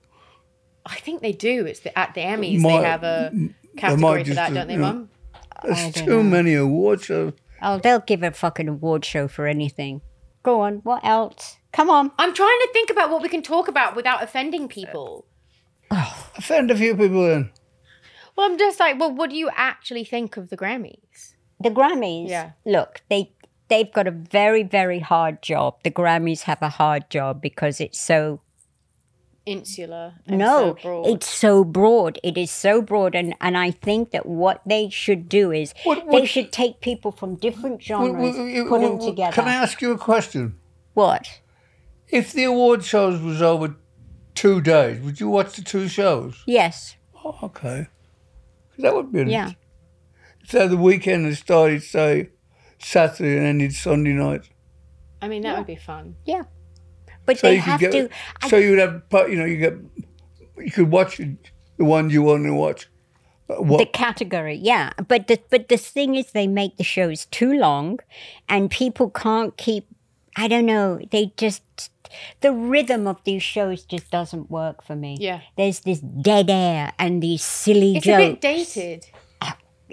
S1: I think they do. It's the, at the Emmys
S3: Might-
S1: they have a
S3: might
S1: category for
S3: just
S1: that,
S3: do-
S1: don't they,
S3: yeah.
S1: Mum?
S3: There's
S2: don't
S3: too
S2: know.
S3: many award shows.
S2: Oh, they'll give a fucking award show for anything. Go on. What else? Come on.
S1: I'm trying to think about what we can talk about without offending people.
S3: Offend a few people then.
S1: Well, I'm just like, well, what do you actually think of the Grammys?
S2: The Grammys.
S1: Yeah.
S2: Look, they they've got a very very hard job. The Grammys have a hard job because it's so
S1: Insular. and so
S2: no,
S1: broad.
S2: it's so broad. It is so broad, and and I think that what they should do is
S3: What-
S2: they
S3: what-
S2: should take people from different
S3: W-
S2: genres,
S3: w- w-
S2: put
S3: w-
S2: them together.
S3: Can I ask you a question?
S2: what?
S3: If the award shows was over two days, would you watch the two shows?
S2: Yes.
S3: Oh, okay. 'Cause That would be an
S2: Yeah.
S3: So the weekend had started, say, Saturday and ended Sunday night.
S1: I mean, that would be fun.
S2: Yeah. But
S3: So
S2: they
S3: you could
S2: have
S3: get,
S2: to.
S3: so you would have, part- you know, you get, you could watch the one you want to watch. Uh, What?
S1: Oh.
S2: the category yeah but the but the thing is they make the shows too long and people can't keep i don't know they just the rhythm of these shows just doesn't work for me
S1: Yeah.
S2: there's this dead air and these silly
S1: It's a
S2: jokes
S1: bit Oh, dated.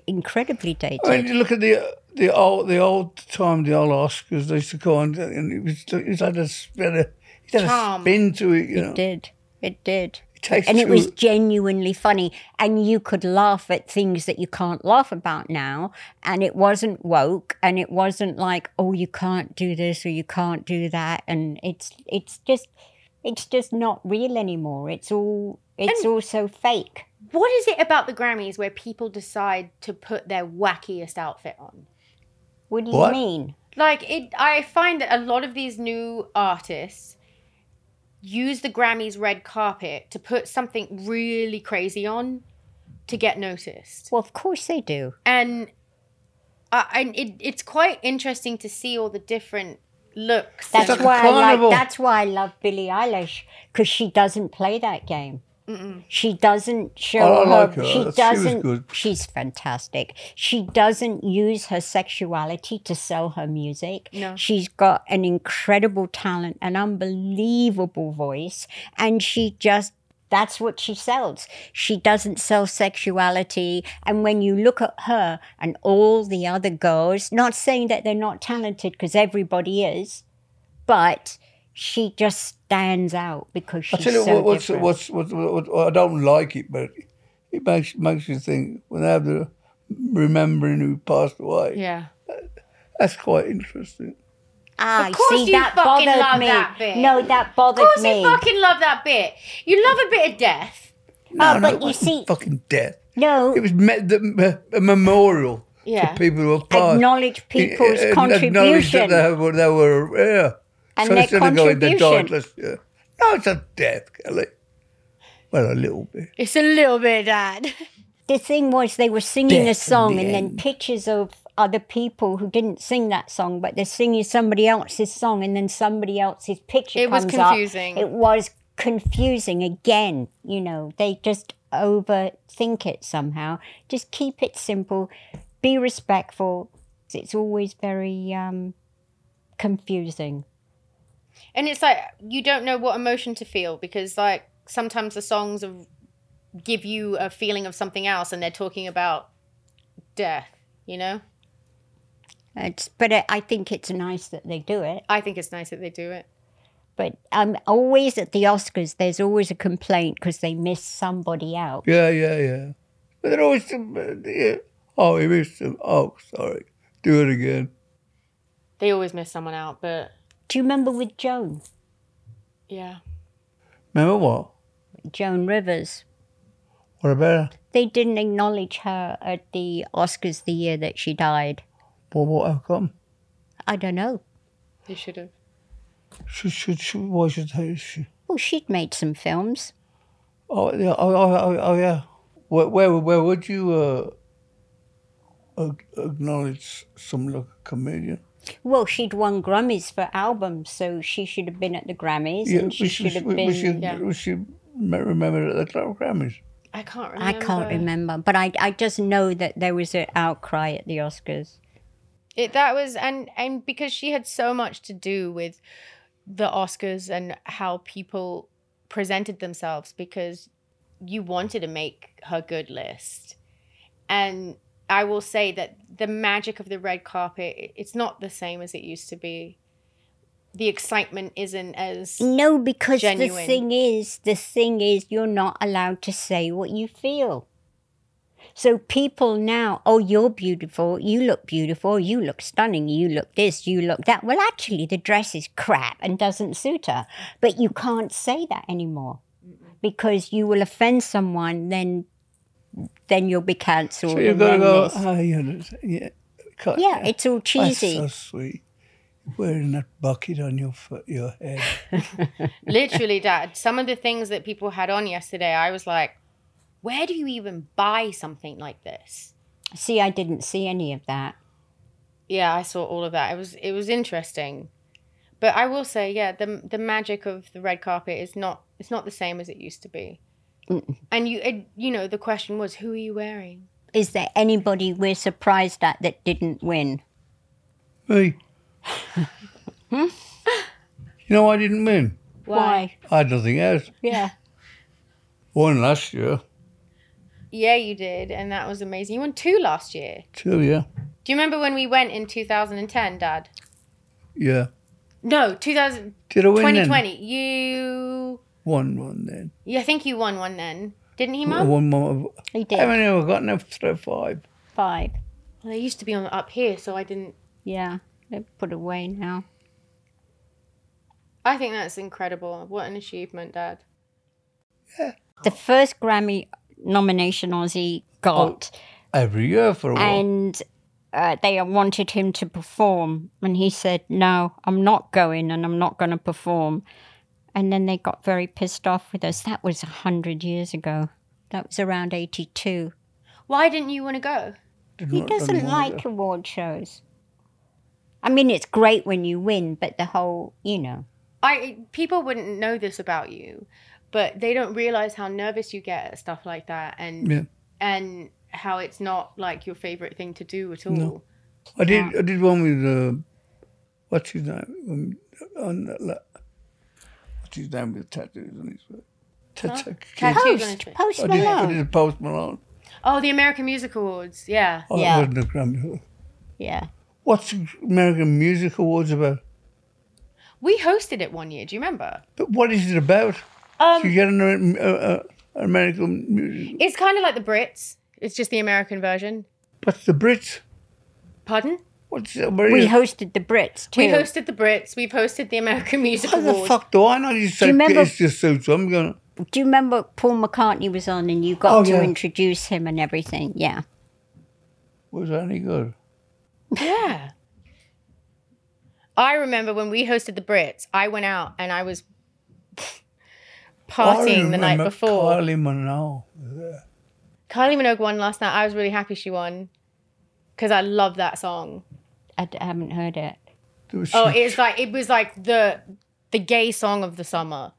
S2: incredibly dated
S3: I mean, you look at the the old the old time the old Oscars they used to go on, and it was it had a spin, it had a
S1: Charm.
S3: spin to it. You know,
S2: it did it did
S3: It takes
S2: and it
S3: two-
S2: was genuinely funny and you could laugh at things that you can't laugh about now and it wasn't woke and it wasn't like oh you can't do this or you can't do that and it's it's just it's just not real anymore it's all it's all so fake
S1: What is it about the Grammys where people decide to put their wackiest outfit on?
S2: what do
S3: What?
S2: you mean
S1: Like it, I find that a lot of these new artists use the Grammys red carpet to put something really crazy on to get noticed,
S2: well of course they do
S1: and uh, and it, it's quite interesting to see all the different looks.
S2: that's
S3: like a
S2: why I
S3: carnival.
S2: like that's why I love Billie Eilish because she doesn't play that game She doesn't show
S3: Oh, I
S2: her.
S3: like her. She
S2: She
S3: was
S2: doesn't.
S3: good.
S2: She's fantastic. She doesn't use her sexuality to sell her music.
S1: No.
S2: She's got an incredible talent, an unbelievable voice, and she just. That's what she sells. She doesn't sell sexuality. And when you look at her and all the other girls, not saying that they're not talented because everybody is, but she just stands out because
S3: I
S2: she's
S3: tell you
S2: so
S3: what, what's,
S2: different.
S3: what's what, what, what I don't like it, but it makes makes you think when they have the remembering who passed away.
S1: yeah.
S3: That's quite interesting.
S2: Ah,
S1: Of course
S2: see,
S1: you
S2: that
S1: fucking
S2: bothered
S1: love
S2: me.
S1: that bit.
S2: No, that
S1: Of
S2: bothered
S1: course,
S2: me.
S1: you fucking love that bit. You love a bit of death.
S2: oh,
S3: No, no,
S2: but
S3: it
S2: you
S3: wasn't
S2: see,
S3: fucking death.
S2: no,
S3: It was me- the, a memorial
S1: Yeah.
S3: to people who have passed.
S2: acknowledge people's
S3: Uh, acknowledge that
S2: contribution.
S3: they were, they were yeah.
S2: And
S3: so
S2: their
S3: instead of going, they died.
S2: contribution.
S3: Let's, yeah. No, it's a death, Kelly. Well, a little bit.
S1: It's a little bit of that. <laughs>
S2: the thing was, they were singing a
S3: Death in
S2: song
S3: the
S2: and then
S3: end.
S2: pictures of other people who didn't sing that song, but they're singing somebody else's song and then somebody else's picture
S1: It was
S2: comes up.
S1: confusing.
S2: It was confusing again. You know, they just overthink it somehow. Just keep it simple. Be respectful. It's always very um, confusing.
S1: And it's like you don't know what emotion to feel because like sometimes the songs are, give you a feeling of something else and they're talking about death, you know?
S2: It's, but I I think it's nice that they do it.
S1: I think it's nice that they do it.
S2: But um, always at the Oscars, there's always a complaint because they miss somebody out.
S3: Yeah, yeah, yeah. But they're always some. Yeah. Oh, he missed him. Oh, sorry. Do it again.
S1: They always miss someone out, but
S2: Do you remember with Joan,
S1: yeah.
S3: Remember what?
S2: Joan Rivers?
S3: What about her?
S2: They didn't acknowledge her at the Oscars the year that she died.
S3: What, what, how come?
S2: I don't know.
S1: They should have.
S3: Should, should, should, why should they? Should,
S2: Well, she'd made some films.
S3: oh, yeah, oh, oh, oh, oh, yeah. Where, where, where would you uh, ag- acknowledge some like a comedian?
S2: Well, she'd won Grammys for albums, so she should have been at the Grammys.
S3: Yeah,
S2: and she
S3: we
S2: should have
S3: should, we,
S2: been.
S3: we should,
S1: yeah.
S3: we should me- remember at the Clark Grammys.
S1: I can't remember.
S2: I can't remember, but I, I just know that there was an outcry at the Oscars.
S1: It, that was and and because she had so much to do with the Oscars and how people presented themselves because you wanted to make her good list. And I will say that the magic of the red carpet i- it's not the same as it used to be. The excitement isn't
S2: <laughs>
S1: as
S2: No, because the
S1: Genuine.
S2: thing is, the thing is, you're not allowed to say what you feel. So people now, oh, you're beautiful, you look beautiful, you look stunning, you look this, you look that. Well, actually, the dress is crap and doesn't suit her. But you can't say that anymore because you will offend someone, then then you'll be cancelled.
S3: So
S2: and
S3: you've got to
S2: then
S3: go,
S2: this.
S3: oh, you know, yeah. cut-
S2: yeah, it's all
S3: That's
S2: cheesy.
S3: so sweet. You're wearing that bucket on your foot, your head.
S1: Literally, Dad. Some of the things that people had on yesterday, I was like, where do you even buy something like this?
S2: See, I didn't see any of that.
S1: Yeah, I saw all of that. It was it was interesting, but I will say, yeah, the the magic of the red carpet is not it's not the same as it used to be. And you it, you know the question was, who are you wearing?
S2: Is there anybody we're surprised at that didn't win?
S3: <laughs> Me. you know, I didn't win.
S2: Why?
S3: I had nothing else.
S2: Yeah.
S3: One last year,
S1: Yeah, you did, and that was amazing. You won two last year.
S3: two, yeah.
S1: Do you remember when we went in 2010, Dad?
S3: Yeah.
S1: No, 2000,
S3: Did I win then?
S1: 2020. You,
S3: One, one then.
S1: yeah, I think you won one then, didn't he, Mum?
S3: One more.
S2: <laughs> He
S3: I
S2: did.
S3: haven't even gotten up to five.
S2: Five.
S1: Well, they used to be on up here, so I didn't.
S2: Yeah. They're put away now.
S1: I think that's incredible. What an achievement, Dad.
S2: The first Grammy nomination Aussie got,
S3: Every year for a while.
S2: and uh, they wanted him to perform, and he said, "No, I'm not going, and I'm not going to perform." And then they got very pissed off with us. That was a hundred years ago. That was around eighty-two.
S1: Why didn't you want to go?
S3: Did
S2: He
S3: not done
S2: doesn't
S3: one
S2: like
S3: year.
S2: award shows. I mean, it's great when you win, but the whole, you know.
S1: I people wouldn't know this about you, but they don't realize how nervous you get at stuff like that, and
S3: Yeah.
S1: and how it's not like your favorite thing to do at all.
S3: I did. I did one with uh, what's his name? Um, on that, la- what's his name with tattoos on his face? Tattoo.
S1: Tat- Who's gonna
S2: Post,
S1: say-
S2: Post
S3: I Oh, did. I
S2: Malone.
S3: did a Post Malone.
S1: Oh, the American Music Awards, yeah.
S3: Oh,
S2: Yeah.
S3: I wasn't a Grammy.
S2: Yeah.
S3: What's the American Music Awards about?
S1: We hosted it one year. Do you remember?
S3: But what is it about?
S1: Um,
S3: Do you get an Amer- uh, uh, American music.
S1: It's kind of like the Brits. It's just the American version.
S3: But the Brits,
S1: Pardon?
S3: what's uh, the
S2: We
S3: American?
S2: hosted the Brits too.
S1: We hosted the Brits. We've hosted the American Music
S3: How the
S1: Awards.
S3: fuck do I know? You say
S2: remember-
S3: it's just suits. I'm going.
S2: Do you remember Paul McCartney was on and you got
S3: Oh,
S2: to
S3: yeah.
S2: introduce him and everything? Yeah.
S3: Was that any good?
S1: Yeah. I remember when we hosted the Brits, I went out and I was partying the night before. Carly.
S3: Carly Minogue.
S1: Minogue won last night. I was really happy she won because I love that song.
S2: I, d- haven't heard it.
S3: There was <laughs>
S1: Oh,
S3: some-
S1: it's like it was like the the gay song of the summer,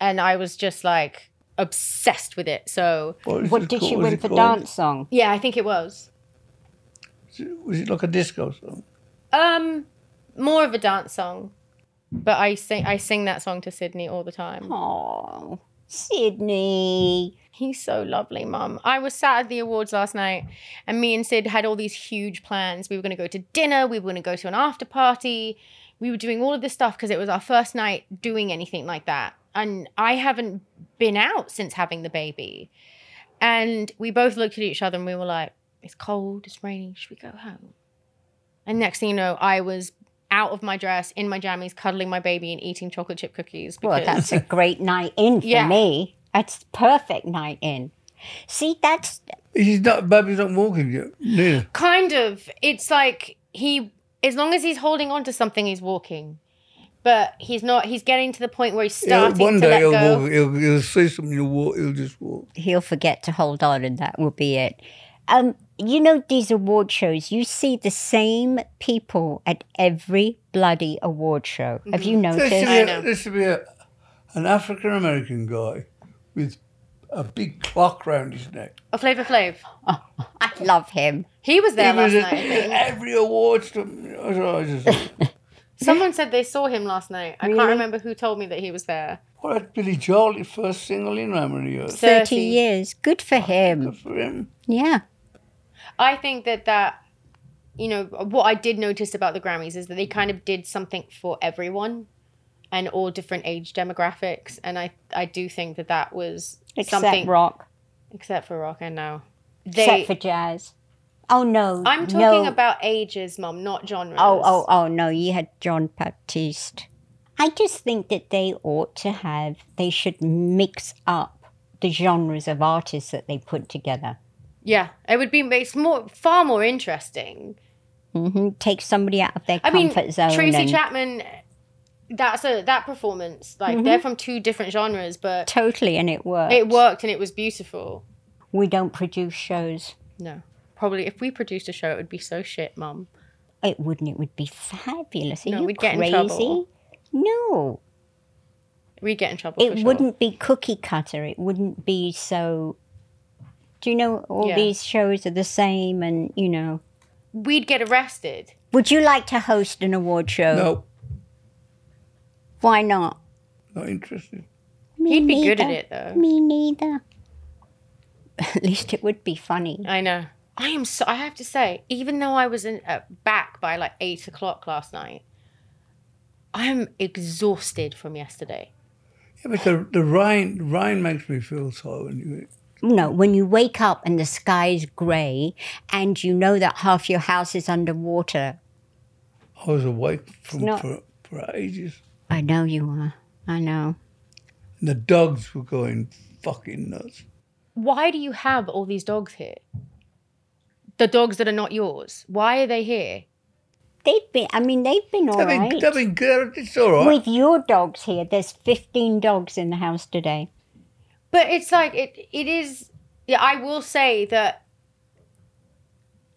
S1: and I was just like obsessed with it. So
S3: is
S2: What
S3: it
S2: did she
S3: called? Is
S2: win
S3: it
S2: for
S3: called-
S2: dance song?
S1: yeah, I think it was
S3: Was it like a disco song?
S1: um more of a dance song, but I sing I sing that song to Sydney all the time.
S2: Oh, Sydney.
S1: He's so lovely, Mum. I was sat at the awards last night, and me and Sid had all these huge plans. We were going to go to dinner, we were going to go to an after party, we were doing all of this stuff because it was our first night doing anything like that. And I haven't been out since having the baby. And we both looked at each other and we were like, it's cold, it's raining, should we go home? And next thing you know, I was out of my dress, in my jammies, cuddling my baby and eating chocolate chip cookies.
S2: Well,
S1: because-
S2: that's a great night in for
S1: Yeah.
S2: me. That's the perfect night in. See, that's
S3: He's not, baby's not walking yet. Neither.
S1: Kind of. It's like he, as long as he's holding on to something, he's walking. But he's not. He's getting to the point where he's
S3: He'll-
S1: starting
S3: One
S1: to
S3: day
S1: let
S3: he'll
S1: go.
S3: walk. He'll, he'll see something. He'll walk. He'll just walk.
S2: he'll forget to hold on, and that will be it. Um, you know, these award shows, you see the same people at every bloody award show. Have you
S3: There
S2: noticed?
S3: should
S1: I
S3: be,
S1: know.
S3: a, there should be a, an African American guy with a big clock round his neck.
S1: Oh, Flavor Flav.
S2: I love him.
S1: He was there
S3: He
S1: last
S3: was
S1: night.
S3: at
S1: I think.
S3: every award. To, I was- I just,
S1: Someone said they saw him last night. I can't remember who told me that he was there.
S3: <laughs> what had Billy Joel his first single in how many years?
S2: 30,
S1: 30.
S2: years. Good for him.
S3: Good <laughs> for him.
S2: Yeah.
S1: I think that that. You know what I did notice about the Grammys is that they kind of did something for everyone, and all different age demographics. And I I do think that that was
S2: Except
S1: something
S2: rock,
S1: except for rock. I know
S2: except for jazz. Oh, no.
S1: I'm talking
S2: no.
S1: about ages, Mum, not genres.
S2: Oh, oh, oh, no, you had John Baptiste. I just think that they ought to have, they should mix up the genres of artists that they put together.
S1: Yeah, it would be it's more far more interesting.
S2: hmm Take somebody out of their
S1: I mean,
S2: comfort zone.
S1: Tracy
S2: and-
S1: Chapman. That's a that performance. Like
S2: Mm-hmm.
S1: they're from two different genres, but
S2: Totally, and it works.
S1: it worked and it was beautiful.
S2: We don't produce shows.
S1: No, probably if we produced a show, it would be so shit, Mum.
S2: It wouldn't, it would be fabulous. Are
S1: No,
S2: you
S1: we'd get
S2: crazy?
S1: in trouble.
S2: No.
S1: We'd get in trouble. for
S2: it
S1: sure.
S2: wouldn't be cookie cutter. It wouldn't be so. Do you know all
S1: Yeah.
S2: these shows are the same? And you know,
S1: We'd get arrested.
S2: would you like to host an award show?
S3: No,
S2: Why not?
S3: not interested.
S2: Me
S1: He'd be good at
S2: neither.
S1: it though.
S2: Me neither. <laughs> at least it would be funny.
S1: I know. I am so. I have to say, even though I was in uh, back by like eight o'clock last night, I am exhausted from yesterday.
S3: Yeah, but the, the rain the rain makes me feel so. When you,
S2: No, when you wake up and the sky's grey and you know that half your house is underwater.
S3: I was awake from,
S2: not-
S3: for, for ages.
S2: I know you are. I know.
S3: And the dogs were going fucking nuts.
S1: Why do you have all these dogs here? The dogs that are not yours. Why are they here?
S2: They've been. I mean, they've been all
S3: I mean,
S2: right.
S3: I mean, it's all right.
S2: With your dogs here, there's 15 dogs in the house today.
S1: But it's like it. It is. Yeah, I will say that.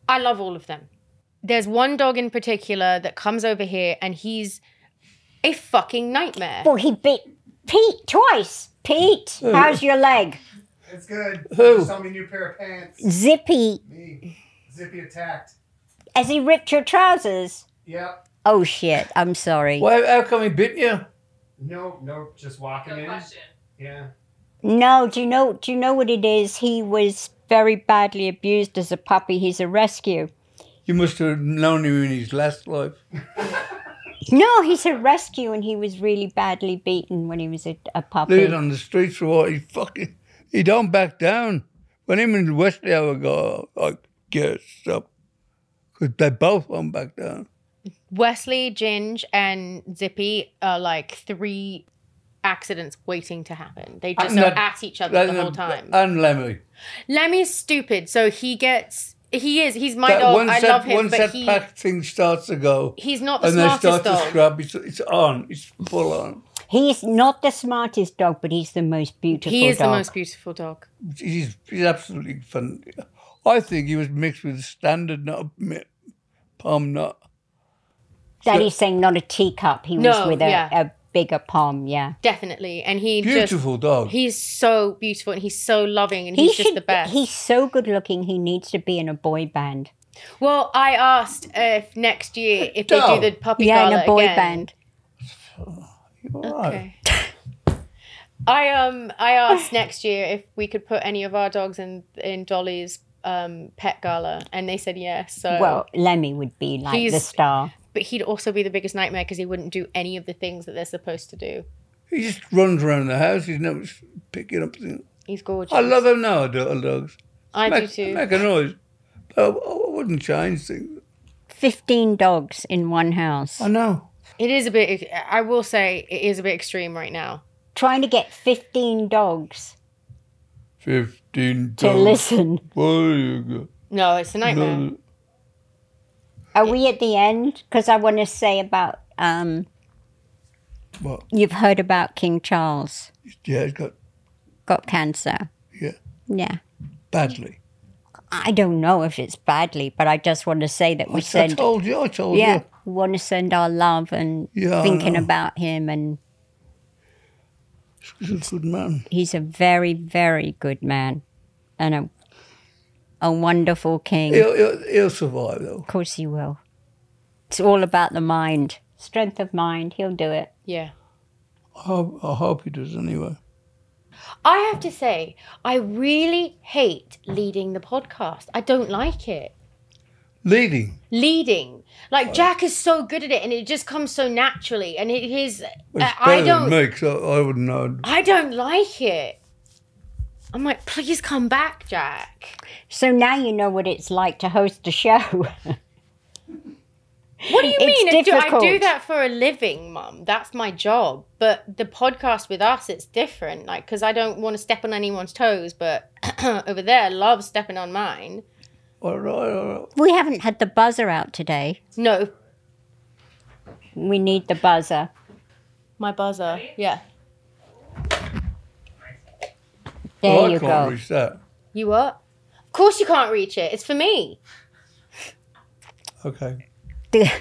S1: I love all of them. There's one dog in particular that comes over here, and he's a fucking nightmare.
S2: Well, he beat Pete twice. Pete, how's your leg?
S6: It's good.
S3: Who?
S6: Just saw me a new pair of pants.
S2: Zippy,
S6: Me. Zippy attacked.
S2: has he ripped your trousers?
S6: Yep.
S2: Oh shit, I'm sorry.
S3: Why, how come he bit you?
S6: No, no, just walking in. Yeah.
S2: No, do you know do you know what it is? He was very badly abused as a puppy. He's a rescue.
S3: You must have known him in his last life.
S2: No, he's a rescue and he was really badly beaten when he was a, a puppy.
S3: Living on the streets for what he fucking. He don't back down. When him and Wesley have a go, I guess up. Because they both won't back down.
S1: Wesley, Ginge, and Zippy are like three accidents waiting to happen. They just
S3: And
S1: are
S3: that-
S1: at each other
S3: That's
S1: the whole time.
S3: And Lemmy.
S1: Lemmy's stupid, so he gets he is he's my
S3: That
S1: dog.
S3: once
S1: I
S3: that,
S1: love him,
S3: once
S1: but
S3: that
S1: he
S3: pack thing starts to go,
S1: he's not the
S3: and they start
S1: smartest
S3: to
S1: dog.
S3: scrub, it's, it's on. It's full on.
S2: He's not the smartest dog, but he's the most beautiful
S1: He is
S2: dog.
S1: the most beautiful dog.
S3: He's, he's absolutely fun. I think he was mixed with standard, not a mi- palm nut.
S2: that he's saying not a teacup. He was
S1: No,
S2: with a,
S1: yeah.
S2: a bigger palm, yeah.
S1: Definitely. And he
S3: Beautiful dog.
S1: just he's so beautiful and he's so loving and
S2: He
S1: he's
S2: should,
S1: just the best.
S2: He's so good looking. He needs to be in a boy band.
S1: well, I asked if next year if they do
S3: Dog.
S1: the puppy
S2: yeah,
S1: gala
S2: in a boy
S1: again,
S2: band.
S3: All right.
S1: Okay. I um I asked next year if we could put any of our dogs in in Dolly's um pet gala, and they said yes. So
S2: Well, Lemmy would be like the
S1: He's-
S2: star.
S1: but he'd also be the biggest nightmare because he wouldn't do any of the things that they're supposed to do.
S3: He just runs around the house. He's never s- picking up things.
S1: He's gorgeous.
S3: I love him now, little dogs.
S1: I do
S3: Make-
S1: too.
S3: Make a noise. But I, oh, I wouldn't change things.
S2: 15 dogs in one house.
S3: I know.
S1: It is a bit. I will say it is a bit extreme right now.
S2: Trying to get 15 dogs
S3: 15
S2: to listen.
S3: Where you go?
S1: No, it's a nightmare.
S3: No.
S2: Are we at the end? Because I want to say about, um,
S3: What?
S2: you've heard about King Charles
S3: Yeah, he's got,
S2: got cancer.
S3: yeah,
S2: Yeah.
S3: badly.
S2: I don't know if it's badly, but I just want to say that we
S3: I, I
S2: send,
S3: told you, I told
S2: yeah,
S3: you.
S2: we want to send our love and
S3: Yeah, I
S2: thinking
S3: know.
S2: about him. And
S3: He's a good man.
S2: he's a very, very good man and a, a wonderful king.
S3: He'll, he'll, he'll survive, though.
S2: Of course he will. It's all about the mind, strength of mind. He'll do it.
S1: Yeah.
S3: I hope, I hope he does anyway.
S1: I have to say, I really hate leading the podcast. I don't like it.
S3: Leading.
S1: Leading, like Jack is so good at it, and it just comes so naturally. And it is.
S3: It's
S1: I- I
S3: better
S1: don't.
S3: than me, 'cause I, I wouldn't know.
S1: I don't like it. I'm like, please come back, Jack.
S2: So now you know what it's like to host a show. <laughs>
S1: What do you
S2: It's
S1: mean? Do, I do
S2: difficult.
S1: that for a living, Mum. That's my job. But the podcast with us, it's different. Like, because I don't want to step on anyone's toes, but <clears throat> over there, loves stepping on mine.
S3: All right, all right.
S2: we haven't had the buzzer out today.
S1: No,
S2: We need the buzzer.
S1: my buzzer. Yeah.
S2: There
S3: I
S2: you
S3: can't
S2: go.
S3: reach that.
S1: You what? Of course you can't reach it. It's for me.
S3: Okay.
S2: The-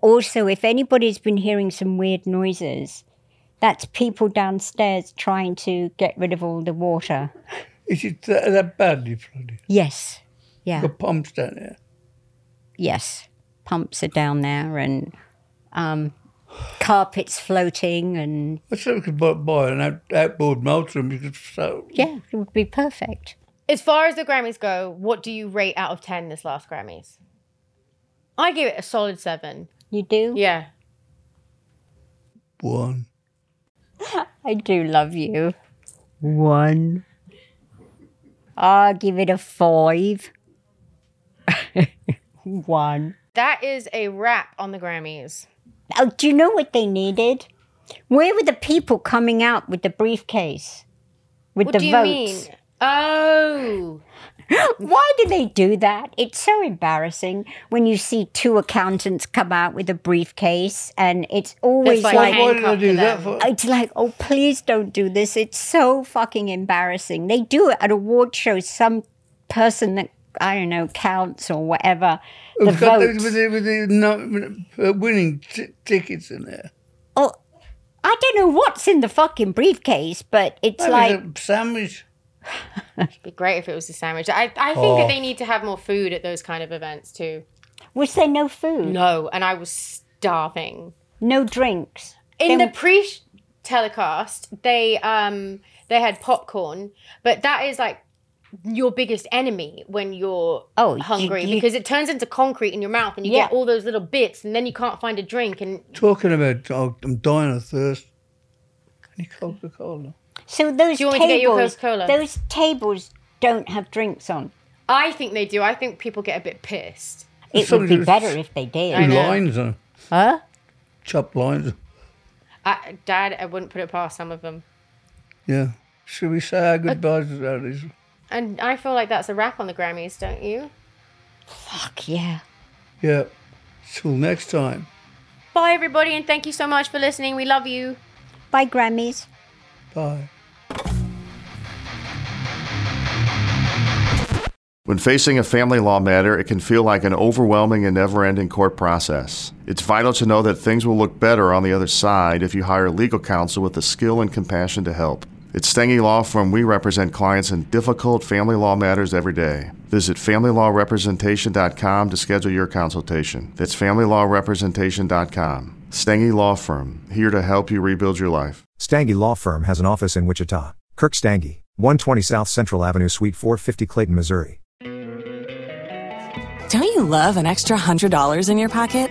S2: also, if anybody's been hearing some weird noises, that's people downstairs trying to get rid of all the water.
S3: Is it that, that badly flooded?
S2: Yes. Yeah.
S3: Got pumps down there.
S2: Yes. Pumps are down there and um, carpets floating and
S3: I said we could buy, buy an out, outboard motor and we could so
S2: yeah, it would be perfect.
S1: As far as the Grammys go, what do you rate out of 10 this last Grammys? I give it a solid seven.
S2: You do?
S1: Yeah.
S3: one.
S2: I do love you. One. I'll give it a five. <laughs> One.
S1: That is a wrap on the Grammys.
S2: Oh, do you know what they needed? Where were the people coming out with the briefcase? With
S1: What
S2: the
S1: do you
S2: votes?
S1: mean? Oh.
S2: Why do they do that? It's so embarrassing when you see two accountants come out with a briefcase and it's always
S1: like
S2: like
S1: hang-
S3: Why did I
S1: handcuffed
S3: do
S1: to
S3: that
S1: them.
S3: for?
S2: it's like, oh, please don't do this. It's so fucking embarrassing. They do it at award shows. Some person that I don't know counts or whatever the
S3: It's got those
S2: votes.
S3: with the, with the no, uh, winning t- tickets in there.
S2: oh, I don't know what's in the fucking briefcase, but it's
S3: That
S2: like
S3: was a sandwich.
S1: It'd be great if it was a sandwich. I, I think that they need to have more food at those kind of events too.
S2: was there no food,
S1: No, and I was starving.
S2: no drinks?
S1: In the pre telecast, they um they had popcorn, but that is like your biggest enemy when you're
S2: Oh, you-
S1: hungry
S2: you-
S1: because it turns into concrete in your mouth and you get
S2: Yeah.
S1: all those little bits and then you can't find a drink and
S3: Talking about, oh, I'm dying of thirst. Any Coca Cola?
S2: So those
S1: you want me to get you a
S2: tables,
S1: Coca-Cola?
S2: those tables don't have drinks on.
S1: I think they do. I think people get a bit pissed.
S2: It
S3: Some
S2: would be
S3: just-
S2: better if they did.
S1: know.
S3: Lines and
S2: Huh?
S3: chopped lines.
S1: I, Dad, I wouldn't put it past some of them.
S3: Yeah. Should we say our goodbyes to those?
S1: And I feel like that's a wrap on the Grammys, don't you?
S2: Fuck yeah.
S3: Yeah. Till next time.
S1: Bye, everybody, and thank you so much for listening. We love you.
S2: Bye, Grammys.
S3: Bye.
S7: When facing a family law matter, it can feel like an overwhelming and never ending court process. It's vital to know that things will look better on the other side if you hire legal counsel with the skill and compassion to help. At Stengy Law Firm, we represent clients in difficult family law matters every day. Visit familylawrepresentation.com to schedule your consultation. That's familylawrepresentation.com. Stengy Law Firm, here to help you rebuild your life.
S8: Stangy Law Firm has an office in Wichita. Kirk Stangy, 120 South Central Avenue, Suite 450, Clayton, Missouri.
S9: Don't you love an extra $100 in your pocket?